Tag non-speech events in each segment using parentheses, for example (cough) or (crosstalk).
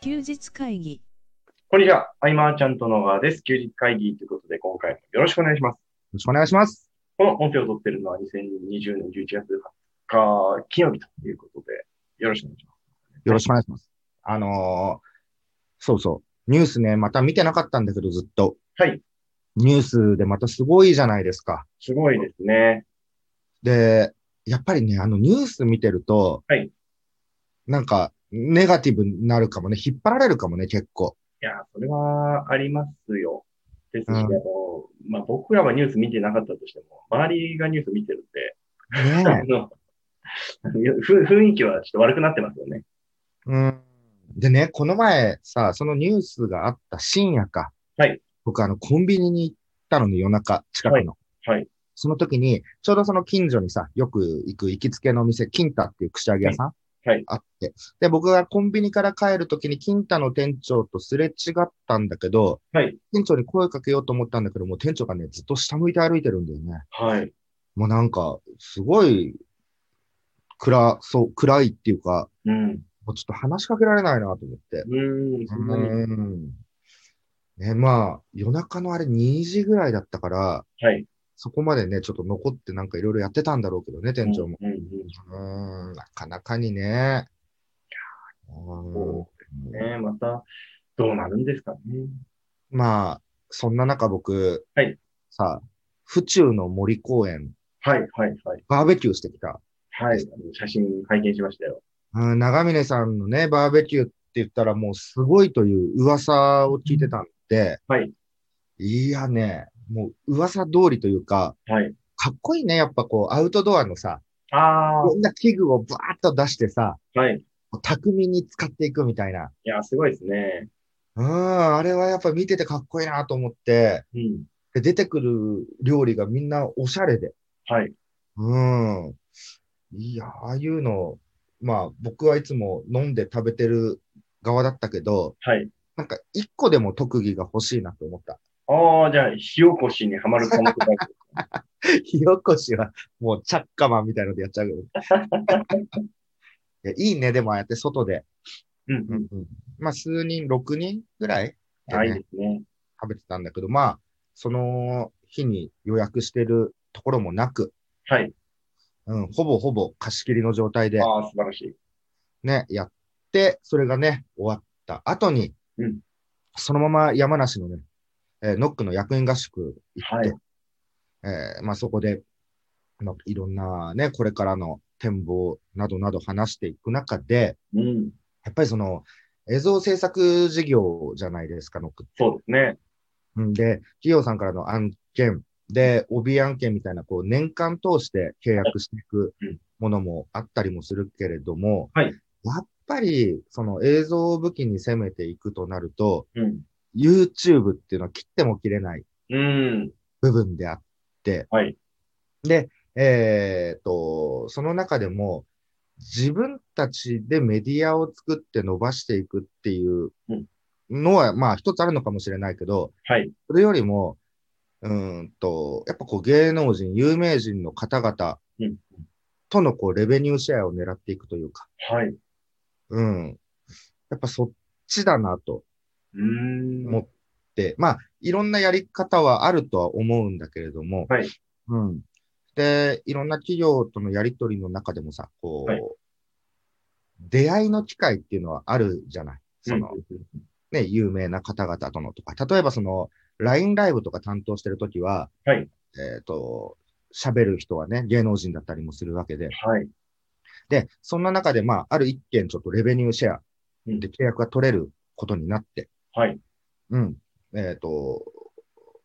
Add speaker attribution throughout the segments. Speaker 1: 休日会議。
Speaker 2: こんにちは。アイマーちゃんと野川です。休日会議ということで、今回もよろしくお願いします。
Speaker 3: ろしくお願いします。
Speaker 2: この音声を撮ってるのは2020年11月20日、金曜日ということで、よろしくお願いします。
Speaker 3: よろしくお願いします。あのーそうそう。ニュースね、また見てなかったんだけど、ずっと。
Speaker 2: はい。
Speaker 3: ニュースでまたすごいじゃないですか。
Speaker 2: すごいですね。
Speaker 3: で、やっぱりね、あのニュース見てると、
Speaker 2: はい
Speaker 3: なんか、ネガティブになるかもね、引っ張られるかもね、結構。
Speaker 2: いやー、それはありますよ。ですし、
Speaker 3: うん
Speaker 2: あの、まあ、僕らはニュース見てなかったとしても、周りがニュース見てるんで、あ
Speaker 3: ねえ
Speaker 2: の、ふ雰囲気はちょっと悪くなってますよね。
Speaker 3: うん。でね、この前さ、そのニュースがあった深夜か。
Speaker 2: はい
Speaker 3: 僕、あの、コンビニに行ったのね、夜中、近くの。
Speaker 2: はい。
Speaker 3: その時に、ちょうどその近所にさ、よく行く行きつけのお店、金太っていう串揚げ屋さん、
Speaker 2: はいはい
Speaker 3: あって。で、僕がコンビニから帰る時に金太の店長とすれ違ったんだけど、
Speaker 2: はい。
Speaker 3: 店長に声かけようと思ったんだけど、もう店長がね、ずっと下向いて歩いてるんだよね。
Speaker 2: はい。
Speaker 3: もうなんか、すごい、暗、そう、暗いっていうか、
Speaker 2: うん。
Speaker 3: もうちょっと話しかけられないなと思って。
Speaker 2: うん、そんなに。
Speaker 3: うん。ね、まあ、夜中のあれ2時ぐらいだったから、
Speaker 2: はい。
Speaker 3: そこまでね、ちょっと残ってなんかいろいろやってたんだろうけどね、店長も。
Speaker 2: うんうんうん
Speaker 3: うーん、なかなかにね。うーん
Speaker 2: そねまた、どうなるんですかね。
Speaker 3: まあ、そんな中僕、
Speaker 2: はい
Speaker 3: さあ、府中の森公園、
Speaker 2: はい、はい、はい。
Speaker 3: バーベキューしてきた。
Speaker 2: はい。あの写真拝見しましたよ。
Speaker 3: うん、長峰さんのね、バーベキューって言ったらもうすごいという噂を聞いてたんで、
Speaker 2: はい。
Speaker 3: いやね、もう噂通りというか、
Speaker 2: はい。
Speaker 3: かっこいいね、やっぱこう、アウトドアのさ、
Speaker 2: ああ、
Speaker 3: こんな器具をバーッと出してさ、
Speaker 2: はい。い
Speaker 3: 巧みに使っていくみたいな。
Speaker 2: や、すごいですね。
Speaker 3: うん、あれはやっぱ見ててかっこいいなと思って、
Speaker 2: うん。
Speaker 3: で、出てくる料理がみんなおしゃれで。
Speaker 2: はい。
Speaker 3: うん。いや、ああいうの、まあ僕はいつも飲んで食べてる側だったけど、
Speaker 2: はい。
Speaker 3: なんか一個でも特技が欲しいなと思った。 (laughs)
Speaker 2: ああ、じゃあ、火起こしにはまる可能性がある。
Speaker 3: 火起こしはもうチャッカマンみたいのでやっ
Speaker 2: (laughs)
Speaker 3: ちゃうけど。いやいいね、でもああやって外で。
Speaker 2: うんうん。
Speaker 3: まあ数人、6人ぐらいでね
Speaker 2: はいですね。
Speaker 3: 食べてたんだけど、まあ、その日に予約してるところもなく、
Speaker 2: はい。
Speaker 3: うん、ほぼほぼ貸し切りの状態で
Speaker 2: ああ、素晴らしい。
Speaker 3: ね、やって、それがね、終わった後に、
Speaker 2: うん
Speaker 3: そのまま山梨のね、えーノックの役員合宿行って、
Speaker 2: はい
Speaker 3: えーまあそこで、まあ、いろんなね、これからの展望などなど話していく中で、
Speaker 2: うん。
Speaker 3: やっぱりその映像制作事業じゃないですか、ノックって
Speaker 2: そうですね。
Speaker 3: うんで、企業さんからの案件で、帯案件みたいな、こう、年間通して契約していく
Speaker 2: うん
Speaker 3: ものもあったりもするけれども、
Speaker 2: はい
Speaker 3: やっぱり、その映像を武器に攻めていくとなると、
Speaker 2: うん。
Speaker 3: YouTube っていうのは切っても切れない
Speaker 2: うん。
Speaker 3: 部分であって、
Speaker 2: はい。
Speaker 3: で、えーっと、その中でも、自分たちでメディアを作って伸ばしていくっていうのは、まあ一つあるのかもしれないけど、
Speaker 2: はい。
Speaker 3: それよりも、うーんと、やっぱこう芸能人、有名人の方々
Speaker 2: うん。
Speaker 3: とのこうレベニューシェアを狙っていくというか、
Speaker 2: はい。う
Speaker 3: うん。やっぱそっちだなと
Speaker 2: ーん。
Speaker 3: 思って、まあ、いろんなやり方はあるとは思うんだけれども、
Speaker 2: はい
Speaker 3: うん。で、いろんな企業とのやりとりの中でもさ、こう、
Speaker 2: はい
Speaker 3: 出会いの機会っていうのはあるじゃない。その、
Speaker 2: うんうんうん
Speaker 3: ね、有名な方々とのとか、例えばその、LINE ライブとか担当してるときは、
Speaker 2: はい
Speaker 3: えっ、と、喋る人はね、芸能人だったりもするわけで、
Speaker 2: はい。
Speaker 3: で、そんな中で、まあ、ある一件ちょっとレベニューシェアで契約が取れることになって、
Speaker 2: はい。
Speaker 3: うん、えっ、と、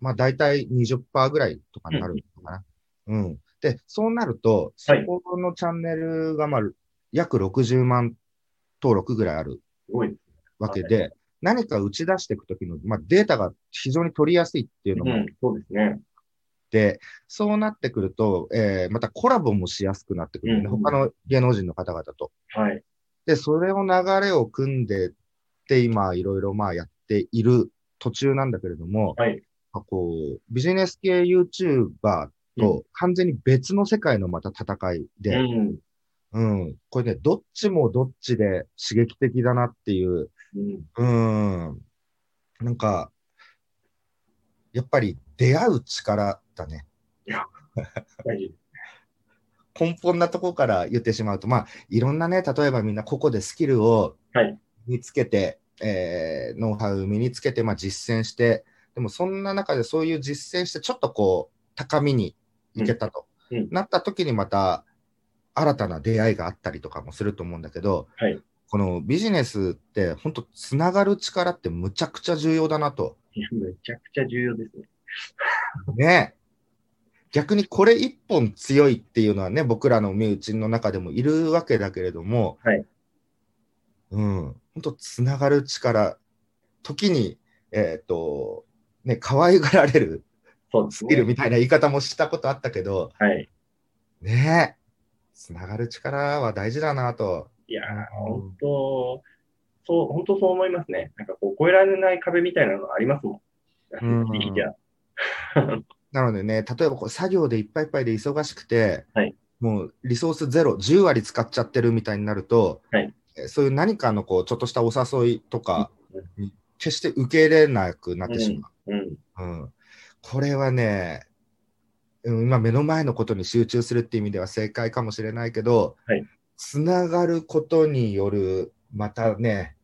Speaker 3: まあ、大体20%ぐらいとかになるのかな。うん、で、そうなると、そ
Speaker 2: はい
Speaker 3: このチャンネルが、まあ、約60万登録ぐらいある
Speaker 2: すごいです。
Speaker 3: わけで、何か打ち出していくときの、まあ、データが非常に取りやすいっていうの
Speaker 2: う
Speaker 3: もあっ
Speaker 2: ん。そうですね。
Speaker 3: て、そうなってくると、えーまたコラボもしやすくなってくるよね、
Speaker 2: うん
Speaker 3: 他の芸能人の方々と。
Speaker 2: はい。
Speaker 3: で、それを流れを組んでって、今、いろいろまあやっている途中なんだけれども、
Speaker 2: はい
Speaker 3: まあこうビジネス系 YouTuber と完全に別の世界のまた戦いうで、
Speaker 2: ん。
Speaker 3: うん。これね、どっちもどっちで刺激的だなっていう。
Speaker 2: うん。
Speaker 3: うん。なんか、やっぱり出会う力だね。
Speaker 2: 大事。
Speaker 3: 根本なとこから言ってしまうと、まあ、いろんなね、例えばみんな個々でスキルを
Speaker 2: はい
Speaker 3: 身につけて、えーノウハウ身につけて、まあ、実践して、でもそんな中でそういう実践して、ちょっとこう、高みに行けたと、
Speaker 2: うんうん
Speaker 3: なった時にまた、新たな出会いがあったりとかもすると思うんだけど、
Speaker 2: はい
Speaker 3: このビジネスって、本当つながる力ってむちゃくちゃ重要だなと。
Speaker 2: いやめちゃくちゃ重要ですね。
Speaker 3: ね逆にこれ一本強いっていうのはね、僕らの身内の中でもいるわけだけれども、
Speaker 2: はい
Speaker 3: うん、本当つながる力、時に、えっ、と、ね、可愛がられる
Speaker 2: そうです
Speaker 3: スキル
Speaker 2: ね。
Speaker 3: みたいな言い方もしたことあったけど、
Speaker 2: はい。
Speaker 3: ねつながる力は大事だなと。
Speaker 2: いやー、
Speaker 3: うん
Speaker 2: 本当、そう、本当そう思いますね。なんかこう、越えられない壁みたいなのありますも
Speaker 3: うん
Speaker 2: ん。生きては。
Speaker 3: なのでね、例えばこう作業でいっぱいいっぱいで忙しくて、
Speaker 2: はい
Speaker 3: もうリソースゼロ、10割使っちゃってるみたいになると、
Speaker 2: はい
Speaker 3: えーそういう何かのこうちょっとしたお誘いとか、決して受け入れなくなってしま
Speaker 2: うん。
Speaker 3: う。うんこれはね、うん今目の前のことに集中するっていう意味では正解かもしれないけど、
Speaker 2: はい
Speaker 3: つながることによる、またね、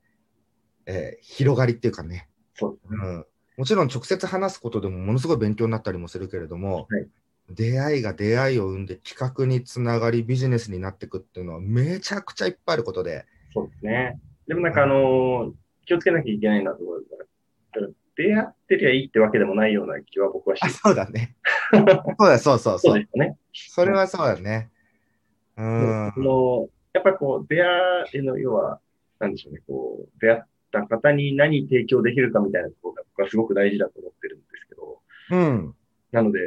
Speaker 3: えー広がりっていうかね、
Speaker 2: そうです
Speaker 3: う
Speaker 2: ね。
Speaker 3: んもちろん直接話すことでもものすごい勉強になったりもするけれども、
Speaker 2: はい
Speaker 3: 出会いが出会いを生んで企画につながりビジネスになっていくっていうのはめちゃくちゃいっぱいあることで、
Speaker 2: そうですね。でもなんかあのー気をつけなきゃいけないなと思うから、出会ってりゃいいってわけでもないような気は僕はして
Speaker 3: あ
Speaker 2: る
Speaker 3: そうだね (laughs) そうだそうそ
Speaker 2: そ
Speaker 3: うそうう
Speaker 2: ですよね。
Speaker 3: それはそうだねうん
Speaker 2: そのやっぱりこう、出会いの、要は、なんでしょうね、こう、出会った方に何提供できるかみたいなところが僕はすごく大事だと思ってるんですけど、
Speaker 3: うん
Speaker 2: なので、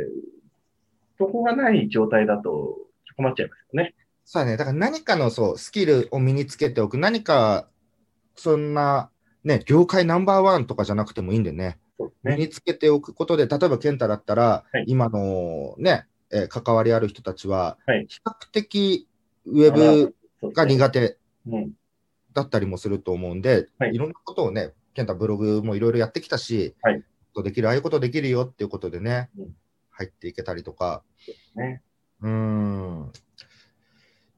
Speaker 2: そこがない状態だと困っちゃいますよね。
Speaker 3: そうだねだから何かのそうスキルを身につけておく何かそんなね業界ナンバーワンとかじゃなくてもいいんでね、
Speaker 2: そうで
Speaker 3: 身
Speaker 2: すね。
Speaker 3: につけておくことで、例えば健太だったら、
Speaker 2: はい
Speaker 3: 今のね、えー関わりある人たちは、
Speaker 2: はい
Speaker 3: 比較的ウェブ
Speaker 2: そうで
Speaker 3: が
Speaker 2: すね。
Speaker 3: 苦手
Speaker 2: うん。
Speaker 3: だったりもすると思うんで、
Speaker 2: はい
Speaker 3: い、ろんなことをね、健太ブログもいろいろやってきたし、
Speaker 2: はい
Speaker 3: ことできる、ああいうことできるよっていうことでね、
Speaker 2: うん
Speaker 3: 入っていけたりとか。
Speaker 2: ね
Speaker 3: うーん。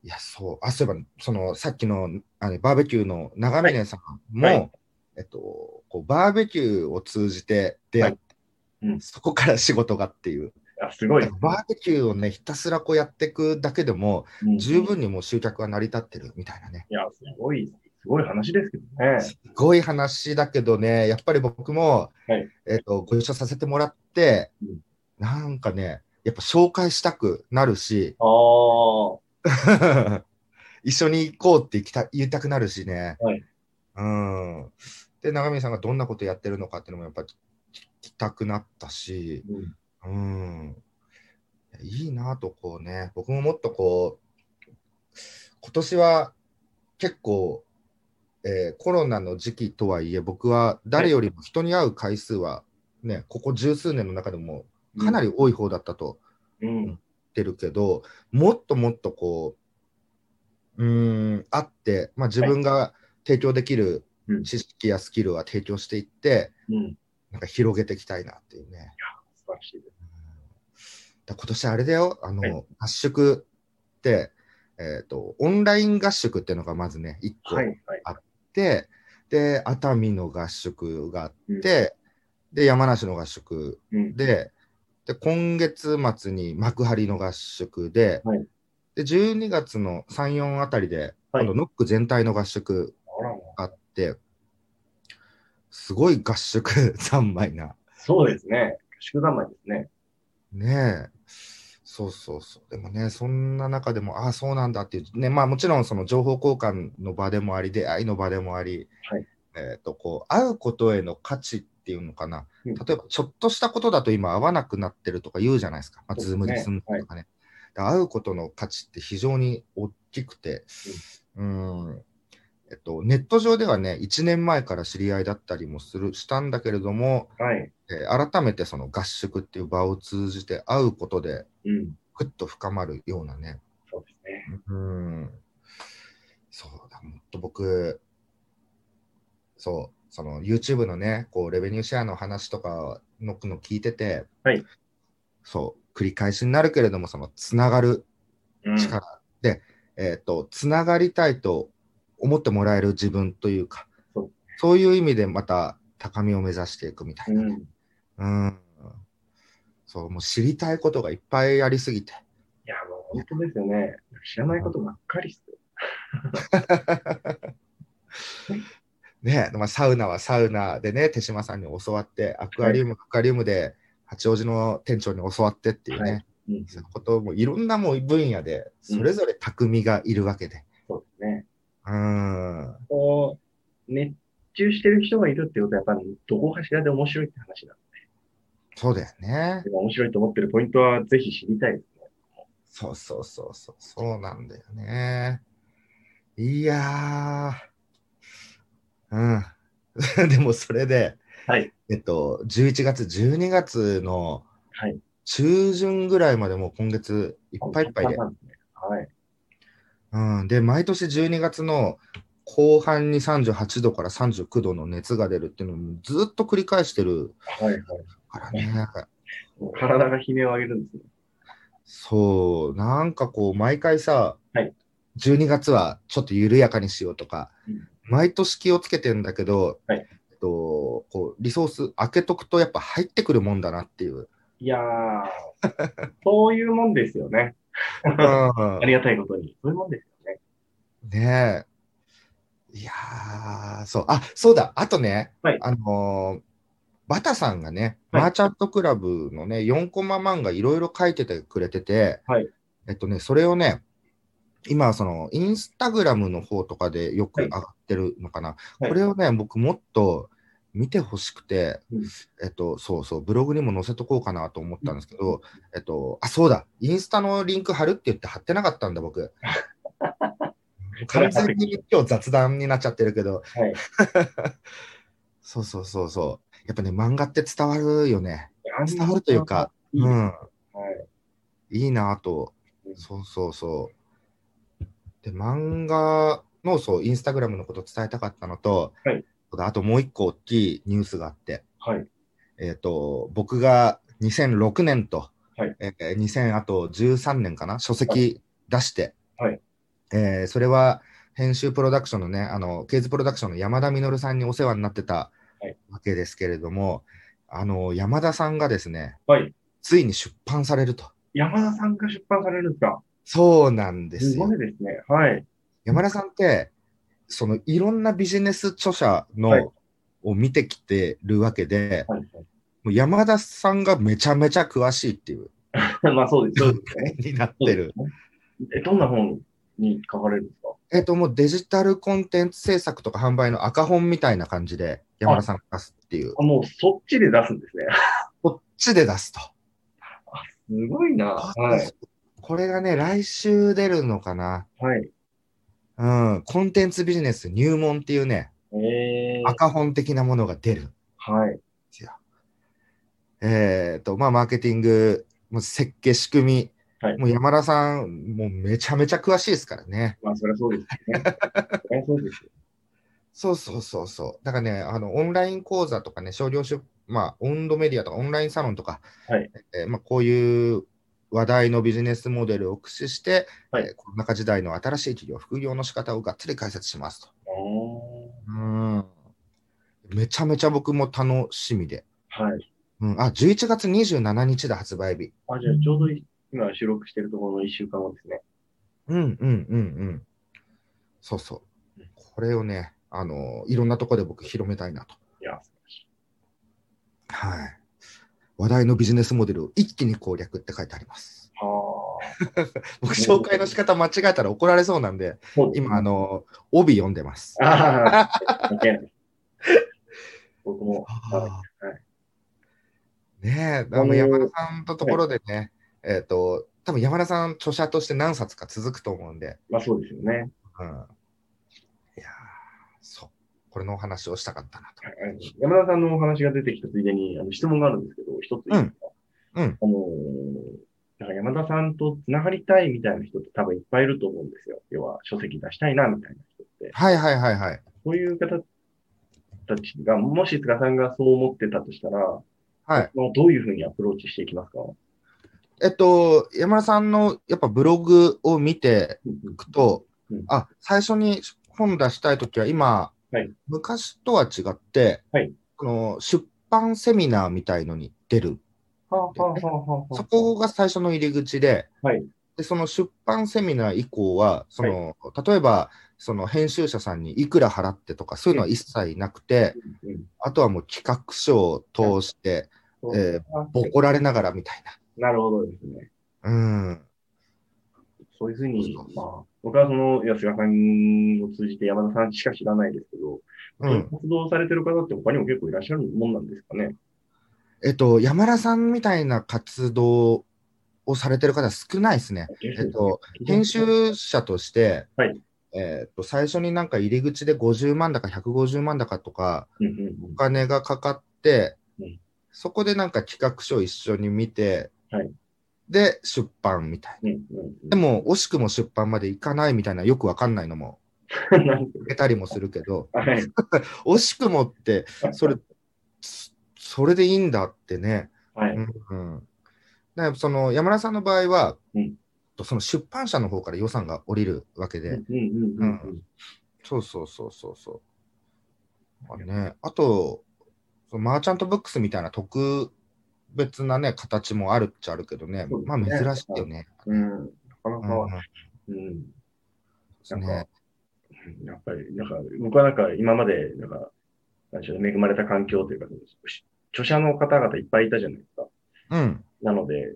Speaker 3: いや、そう。あ、そういえば、その、さっきの、あのバーベキューの長峰さんも、
Speaker 2: はいはい
Speaker 3: えっと、こうバーベキューを通じて出会って、
Speaker 2: はいうん
Speaker 3: そこから仕事がっていう。
Speaker 2: あ、すごい。
Speaker 3: バーベキューをね、ひたすらこうやっていくだけでも、
Speaker 2: うん
Speaker 3: 十分にもう集客は成り立ってるみたいなね。
Speaker 2: いや、すごい、すごい話ですけどね。
Speaker 3: すごい話だけどね、やっぱり僕も、
Speaker 2: はい
Speaker 3: えっとご一緒させてもらって、
Speaker 2: うん
Speaker 3: なんかね、やっぱ紹介したくな
Speaker 2: (laughs)
Speaker 3: るし、
Speaker 2: ああ。
Speaker 3: 一緒に行こうって行きた言いたくなるしね。
Speaker 2: はい
Speaker 3: うん、で、長見さんがどんなことやってるのかっていうのもやっぱり聞きたくなったし、
Speaker 2: うん
Speaker 3: うん、いいなとこうね、僕ももっとこう、今年は結構、えーコロナの時期とはいえ、僕は誰よりも人に会う回数は、ね、ここ十数年の中でもかなり多い方だったと
Speaker 2: うん。
Speaker 3: ってるけど、もっともっとこう、うーん、あって、まあ、自分が提供できる
Speaker 2: うん
Speaker 3: 知識やスキルは提供していって、
Speaker 2: うん。
Speaker 3: なんか広げていきたいなっていうね。
Speaker 2: 素晴らしいです。
Speaker 3: だ今年あれだよ、あの、
Speaker 2: はい
Speaker 3: 合宿って、えっ、と、オンライン合宿っていうのがまずね、1個
Speaker 2: は
Speaker 3: あ
Speaker 2: い
Speaker 3: っ
Speaker 2: はい。
Speaker 3: て、で、熱海の合宿があ
Speaker 2: うん
Speaker 3: って、で、山梨の合宿
Speaker 2: うん。
Speaker 3: で、で今月末に幕張の合宿で、
Speaker 2: はい
Speaker 3: で12月の3、4あたりで、
Speaker 2: はい
Speaker 3: 今度ノック全体の合宿
Speaker 2: あらまあ
Speaker 3: があって、すごい合宿 (laughs) 三昧な。
Speaker 2: そうですね。宿題前ですね。
Speaker 3: ねえ。そうそうそう。でもね、そんな中でも、ああ、そうなんだっていう、ね、まあもちろんその情報交換の場でもあり、出会いの場でもあり、
Speaker 2: はい
Speaker 3: えっ、と、こう、会うことへの価値っていうのかな。
Speaker 2: うん
Speaker 3: 例えば、ちょっとしたことだと今会わなくなってるとか言うじゃないですか。まあ、
Speaker 2: そうです
Speaker 3: ズー
Speaker 2: ね
Speaker 3: ムで済むとかね。だから会うことの価値って非常に大きくて、うん、えっと、ネット上ではね、1年前から知り合いだったりもする、したんだけれども、
Speaker 2: はい。
Speaker 3: えー改めてその合宿っていう場を通じて会うことで、
Speaker 2: うん。
Speaker 3: ぐっと深まるようなね、
Speaker 2: そうですね。
Speaker 3: うん、と僕、そう、その YouTube のね、こう、レベニューシェアの話とかのの聞いてて、
Speaker 2: はい
Speaker 3: そう、繰り返しになるけれども、その、つながる
Speaker 2: うん。
Speaker 3: 力、で、えっ、と、つながりたいと思ってもらえる自分というか、
Speaker 2: そう
Speaker 3: そういう意味でまた高みを目指していくみたいな
Speaker 2: う
Speaker 3: ね。
Speaker 2: ん。い
Speaker 3: うん。そう、もう知りたいことがいっぱいありすぎて。
Speaker 2: や、もう本当ですよね。知らないことばっかりっすよ。
Speaker 3: ね、まあ、サウナはサウナでね、手島さんに教わって、アクアリウム、アクアリウムで八王子の店長に教わってっていうね、
Speaker 2: はうん。
Speaker 3: そういうこともいろんなもう分野で、それぞれ匠がいるわけで。
Speaker 2: そうですね。
Speaker 3: うん。うん
Speaker 2: こう、熱中してる人がいるってことは、やっぱりどこかしらで面白いって話なん
Speaker 3: そうだよね
Speaker 2: で、。面白いと思ってるポイントはぜひ知りたいですね。
Speaker 3: そうそうそうそう、そうなんだよね。いやー、うん。 (laughs) でもそれで、
Speaker 2: はい
Speaker 3: えっと、11月、12月の
Speaker 2: はい。
Speaker 3: 中旬ぐらいまでもう今月いっぱいいっぱいで。
Speaker 2: 簡単ですねはい。
Speaker 3: うん、で、毎年12月の後半に38度から39度の熱が出るっていうのをもうずっと繰り返してる
Speaker 2: はい、はい。
Speaker 3: からね。なんか
Speaker 2: もう体が悲鳴を上げるんですね。
Speaker 3: そう、なんかこう、毎回さ、
Speaker 2: はい
Speaker 3: 12月はちょっと緩やかにしようとか、
Speaker 2: うん
Speaker 3: 毎年気をつけてんだけど、
Speaker 2: はい
Speaker 3: えっと、こうリソース開けとくとやっぱ入ってくるもんだなっ
Speaker 2: (laughs)
Speaker 3: ていう。
Speaker 2: いやー、 (laughs) そういうもんですよね。
Speaker 3: うん
Speaker 2: ありがたいことに。そういうもんですよね。
Speaker 3: ねえ。いやー、そう。あ、そうだ。あとね、
Speaker 2: はい
Speaker 3: あのーバタさんがね、
Speaker 2: はい
Speaker 3: マーチャントクラブのね、4コマ漫画いろいろ書いててくれてて、
Speaker 2: はい
Speaker 3: えっとね、それをね、今、その、インスタグラムの方とかでよく
Speaker 2: は
Speaker 3: 上
Speaker 2: い
Speaker 3: がってるのかな。
Speaker 2: はい
Speaker 3: これをね、僕もっと見てほしくて、
Speaker 2: うん
Speaker 3: えっと、そうそう、ブログにも載せとこうかなと思ったんですけど、えっと、あ、そうだ、インスタのリンク貼るって言って貼ってなかったんだ、 (laughs) 僕。完全に今日雑談になっちゃってるけど、
Speaker 2: はい。
Speaker 3: (laughs) そうそうそうそう。やっぱね、漫画って伝わるよね。
Speaker 2: あん
Speaker 3: 伝わるというか、
Speaker 2: いいです
Speaker 3: う
Speaker 2: は
Speaker 3: ん、いいなぁと
Speaker 2: う。ん
Speaker 3: そうそうそう。で、漫画の、そう、インスタグラムのこと伝えたかったのと、
Speaker 2: はい
Speaker 3: そうだあともう一個大きいニュースがあって、
Speaker 2: い。はい。
Speaker 3: えっ、と、僕が2006年と、
Speaker 2: はい
Speaker 3: えー2000あと13年かな、書籍出して、
Speaker 2: はい
Speaker 3: えーそれは編集プロダクションのね、あの、ケイズプロダクションの山田稔さんにお世話になってた
Speaker 2: はい
Speaker 3: わけですけれども、あの、山田さんがですね、
Speaker 2: はい。
Speaker 3: ついに出版されると。
Speaker 2: 山田さんが出版されるんですか。
Speaker 3: そうなんです
Speaker 2: す
Speaker 3: よ
Speaker 2: ご。いですね。はい。
Speaker 3: 山田さんって、そのいろんなビジネス著者の、
Speaker 2: はい
Speaker 3: を見てきてるわけで、
Speaker 2: はい。 (laughs)
Speaker 3: もう山田さんがめちゃめちゃ詳しいっていう
Speaker 2: はい、まあそうです。そ
Speaker 3: 状
Speaker 2: うですね。
Speaker 3: 態になってる。
Speaker 2: え、どんな本に書かれるんですか
Speaker 3: えっと、もうデジタルコンテンツ制作とか販売の赤本みたいな感じで山田さんが出すっていう、
Speaker 2: あ、もうそっちで出すんですね。
Speaker 3: こっちで出すと。
Speaker 2: すごいな。はい。
Speaker 3: これがね、来週出るのかな。
Speaker 2: はい。
Speaker 3: うん、コンテンツビジネス入門っていうね、
Speaker 2: えー、
Speaker 3: 赤本的なものが出るんで
Speaker 2: はい。
Speaker 3: すよ。えっと、まあ、マーケティング、もう設計、仕組み、
Speaker 2: はい
Speaker 3: もう山田さん、もうめちゃめちゃ詳しいですからね。
Speaker 2: まあそりゃそうです (laughs) ね。そりゃそうですよ。
Speaker 3: そうそうそうそう。だからね、あのオンライン講座とかね、少量出、まあ、オンドメディアとかオンラインサロンとか、
Speaker 2: はい
Speaker 3: えーまあ、こういう話題のビジネスモデルを駆使して、
Speaker 2: はい
Speaker 3: えーコロナ禍時代の新しい企業、副業の仕方をがっつり解説しますと。
Speaker 2: お
Speaker 3: うんめちゃめちゃ僕も楽しみで。
Speaker 2: ーはい。
Speaker 3: うん、あ、11月27日だ、発売日。
Speaker 2: あ、じゃあちょうどい今収録してるところの一週間後ですね。
Speaker 3: うんうんうんうん。そうそう。これをね、あのいろんなところで僕広めたいなと。
Speaker 2: いや、
Speaker 3: はい。話題のビジネスモデルを一気に攻略って書いてあります。
Speaker 2: はあ。
Speaker 3: 僕、紹介の仕方間違えたら怒られそうなんで、
Speaker 2: そうですね
Speaker 3: (laughs) 今、あの、帯読んでます。
Speaker 2: ああ、いけない。僕も、は
Speaker 3: あーねえ、あの、山田さんとところでね、えっ、と、多分山田さん、著者として何冊か続くと思うんで、
Speaker 2: い、まあそうですよね。
Speaker 3: うん。いやーそう。これのお話をしたかったなと。
Speaker 2: はい山田さんのお話が出てきたついでに、あの質問があるんですけど、一ついいですか、
Speaker 3: うんうん
Speaker 2: あのーなんか山田さんとつながりたいみたいな人って多分いっぱいいると思うんですよ。要は書籍出したいなみたいな人。て、
Speaker 3: はいはいはいはい。
Speaker 2: そういう方たちが、もし菅さんがそう思ってたとしたら、
Speaker 3: はい。
Speaker 2: まあどういうふうにアプローチしていきますか
Speaker 3: えっと、山田さんのやっぱブログを見ていくと
Speaker 2: うん、
Speaker 3: あ、最初に本出したいときは今、
Speaker 2: はい
Speaker 3: 昔とは違って、
Speaker 2: はい
Speaker 3: この出版セミナーみたいのに出る。
Speaker 2: はあ、はあはあはあ、
Speaker 3: そこが最初の入り口で、
Speaker 2: はい
Speaker 3: でその出版セミナー以降は、その例えばその編集者さんにいくら払ってとか、そういうのは一切なくて、
Speaker 2: うんうん
Speaker 3: あとはもう企画書を通して、
Speaker 2: そう
Speaker 3: えーボコられながらみたい
Speaker 2: なるほどですね。
Speaker 3: な。うん。
Speaker 2: そういうふうに
Speaker 3: そうそう、
Speaker 2: まあ、僕はその、いや菅さんを通じて山田さんしか知らないですけど、
Speaker 3: う、
Speaker 2: そういうん活動をされてる方って他にも結構いらっしゃるもんなんですかね。
Speaker 3: えっと、山田さんみたいな活動をされてる方は少ないですね。えっと、編集者として、
Speaker 2: はい
Speaker 3: えっと最初になんか入り口で50万だか150万だかとか、
Speaker 2: うんうんうん
Speaker 3: お金がかかって、
Speaker 2: うん
Speaker 3: そこでなんか企画書を一緒に見て、
Speaker 2: はい
Speaker 3: で、出版みたいな。
Speaker 2: うんうんうん
Speaker 3: でも、惜しくも出版までいかないみたいな、よくわかんないのも、
Speaker 2: (laughs) なん
Speaker 3: 出たりもするけど、
Speaker 2: かはい
Speaker 3: 惜しくもって、それ、そそれでいいんだってね。
Speaker 2: はい。
Speaker 3: うんうん、だからその山田さんの場合は、
Speaker 2: うん
Speaker 3: その出版社の方から予算が下りるわけで、
Speaker 2: うんうんうんうん
Speaker 3: そうそうそうそうそう。あね、あと、そのマーチャントブックスみたいな特別なね、形もあるっちゃあるけどね、
Speaker 2: そうです
Speaker 3: まあ
Speaker 2: ね
Speaker 3: 珍しいよね。
Speaker 2: うん。なかな
Speaker 3: うん
Speaker 2: か、うん。
Speaker 3: そう
Speaker 2: なん
Speaker 3: ね
Speaker 2: かやっぱり、なんか、僕はなんか、今まで、なんか、なんでしょうね、恵まれた環境というか、し著者の方々いっぱいいたじゃないですか。
Speaker 3: うん。
Speaker 2: なので、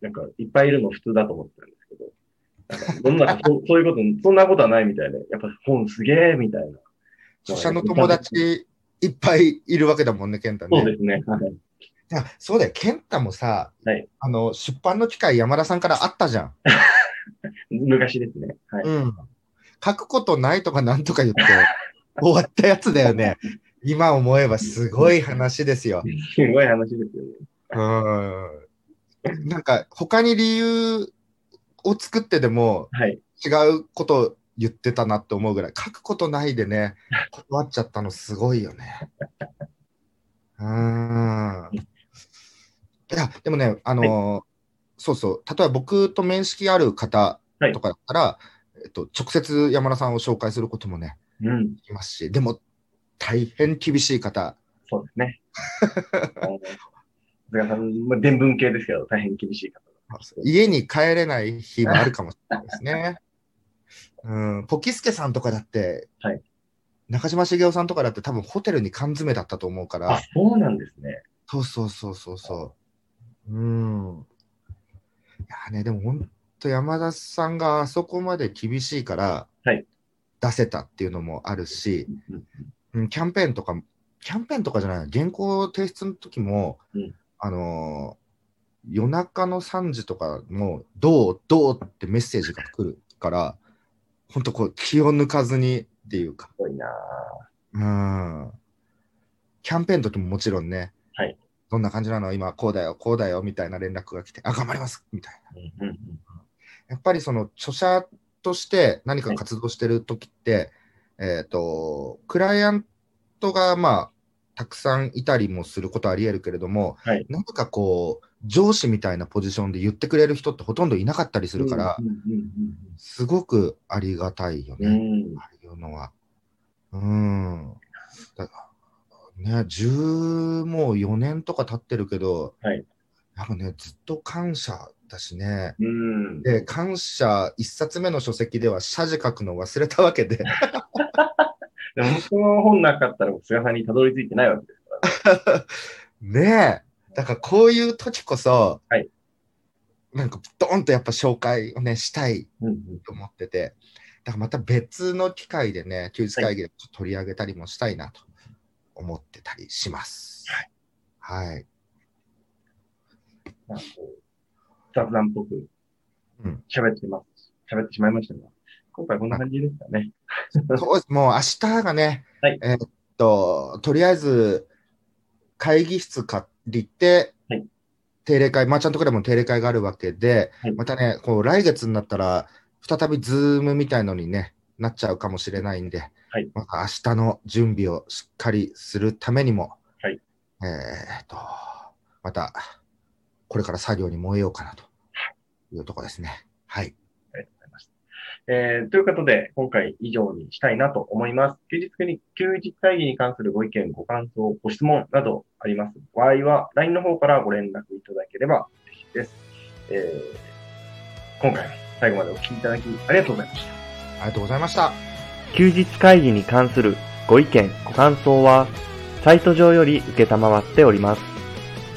Speaker 2: なんか、いっぱいいるの普通だと思ってたんですけど、なんか、 (laughs) 世の中そう、そういうこと、そんなことはないみたいで、やっぱ本すげえみたいな。
Speaker 3: 著者の友達いっぱいいるわけだもんね、健太
Speaker 2: そう
Speaker 3: ね。
Speaker 2: ですね。はい
Speaker 3: いやそうだよ、健太もさ、
Speaker 2: はい
Speaker 3: あの出版の機会、山田さんからあったじゃん。
Speaker 2: 昔ですね。はい。
Speaker 3: うん。書くことないとかなんとか言って、終わったやつだよね。今思えばすごい話ですよ。
Speaker 2: すごい話ですよね。
Speaker 3: うんなんか、他に理由を作ってでも
Speaker 2: はい。
Speaker 3: 違うことを言ってたなって思うぐらい、書くことないでね、断っちゃったのすごいよね。うん。いや、でもね、あのーそうそう、例えば僕と面識ある方とかだったら、えっと、直接山田さんを紹介することもね、
Speaker 2: うん。
Speaker 3: いますし、でも、大変厳しい方。
Speaker 2: そうです (laughs) ね。あの菅さん、まあ、伝聞系ですけど、大変厳しい方。
Speaker 3: 家に帰れない日があるかもしれないですね。 (laughs) うん、ポキスケさんとかだって、
Speaker 2: はい
Speaker 3: 中島茂雄さんとかだって多分ホテルに缶詰だったと思うか
Speaker 2: あ
Speaker 3: ら、、
Speaker 2: そうなんですね。
Speaker 3: そうそうそうそうそう。うん。いやね、でも本当山田さんがあそこまで厳しいから、
Speaker 2: はい
Speaker 3: 出せたっていうのもあるし、
Speaker 2: うん
Speaker 3: うん、キャンペーンとか、キャンペーンとかじゃない、原稿提出の時も、
Speaker 2: うん
Speaker 3: あのー夜中の3時とかも、どう、どうってメッセージが来るから、本当こう、気を抜かずにっていうか、
Speaker 2: すごいなぁ
Speaker 3: うん。キャンペーンの時ももちろんね、
Speaker 2: はい
Speaker 3: どんな感じなの今、こうだよ、こうだよ、みたいな連絡が来て、あ、頑張りますみたい
Speaker 2: う
Speaker 3: な。
Speaker 2: んうん
Speaker 3: やっぱりその著者として何か活動してる時って、えっ、と、クライアントがまあ、たくさんいたりもすることはあり得るけれども、
Speaker 2: はい
Speaker 3: なんかこう、上司みたいなポジションで言ってくれる人ってほとんどいなかったりするから、
Speaker 2: うん
Speaker 3: すごくありがたいよ
Speaker 2: うんう
Speaker 3: ね、
Speaker 2: んうん。うん
Speaker 3: ああいうのは。うん。だね、10もう4年とか経ってるけど、
Speaker 2: はい
Speaker 3: やっぱね、ずっと感謝だしね、
Speaker 2: うん。
Speaker 3: で、感謝1冊目の書籍では、謝字書くの忘れたわけで、 (laughs)
Speaker 2: でも僕の本なかったら、菅さんにたどり着いてないわけです。
Speaker 3: ねえ、だからこういう時こそ、
Speaker 2: はい
Speaker 3: なんかドーンとやっぱ紹介をね、したい
Speaker 2: うんうん
Speaker 3: と思ってて、だからまた別の機会でね、休日会議でちょっと取り上げたりもしたいなと思ってたりします。はい。はい。
Speaker 2: なんかこう雑談っぽく
Speaker 3: うん
Speaker 2: 喋ってます。喋ってしまいましたが、今回こんな感じですかね。
Speaker 3: そうですもう明日がね、
Speaker 2: はい
Speaker 3: えーっと、とりあえず会議室借りて、
Speaker 2: はい
Speaker 3: 定例会、マーチャントクラブの定例会があるわけで、
Speaker 2: はい
Speaker 3: またね、こう来月になったら、再びズームみたいのにね、なっちゃうかもしれないんで、
Speaker 2: はい
Speaker 3: また明日の準備をしっかりするためにも、
Speaker 2: はい
Speaker 3: えーっと、また、これから作業に燃えようかなというところですね。はい。
Speaker 2: ありがとうございました。えーということで、今回以上にしたいなと思います。休日に、休日会議に関するご意見、ご感想、ご質問などあります場合は、LINE の方からご連絡いただければ嬉しいです。えー今回も最後までお聞きいただきありがとうございました。
Speaker 3: ありがとうございました。
Speaker 1: 休日会議に関するご意見、ご感想は、サイト上より受けたまわっております。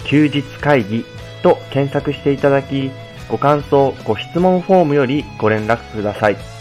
Speaker 1: 休日会議と検索していただき、ご感想、ご質問フォームよりご連絡ください。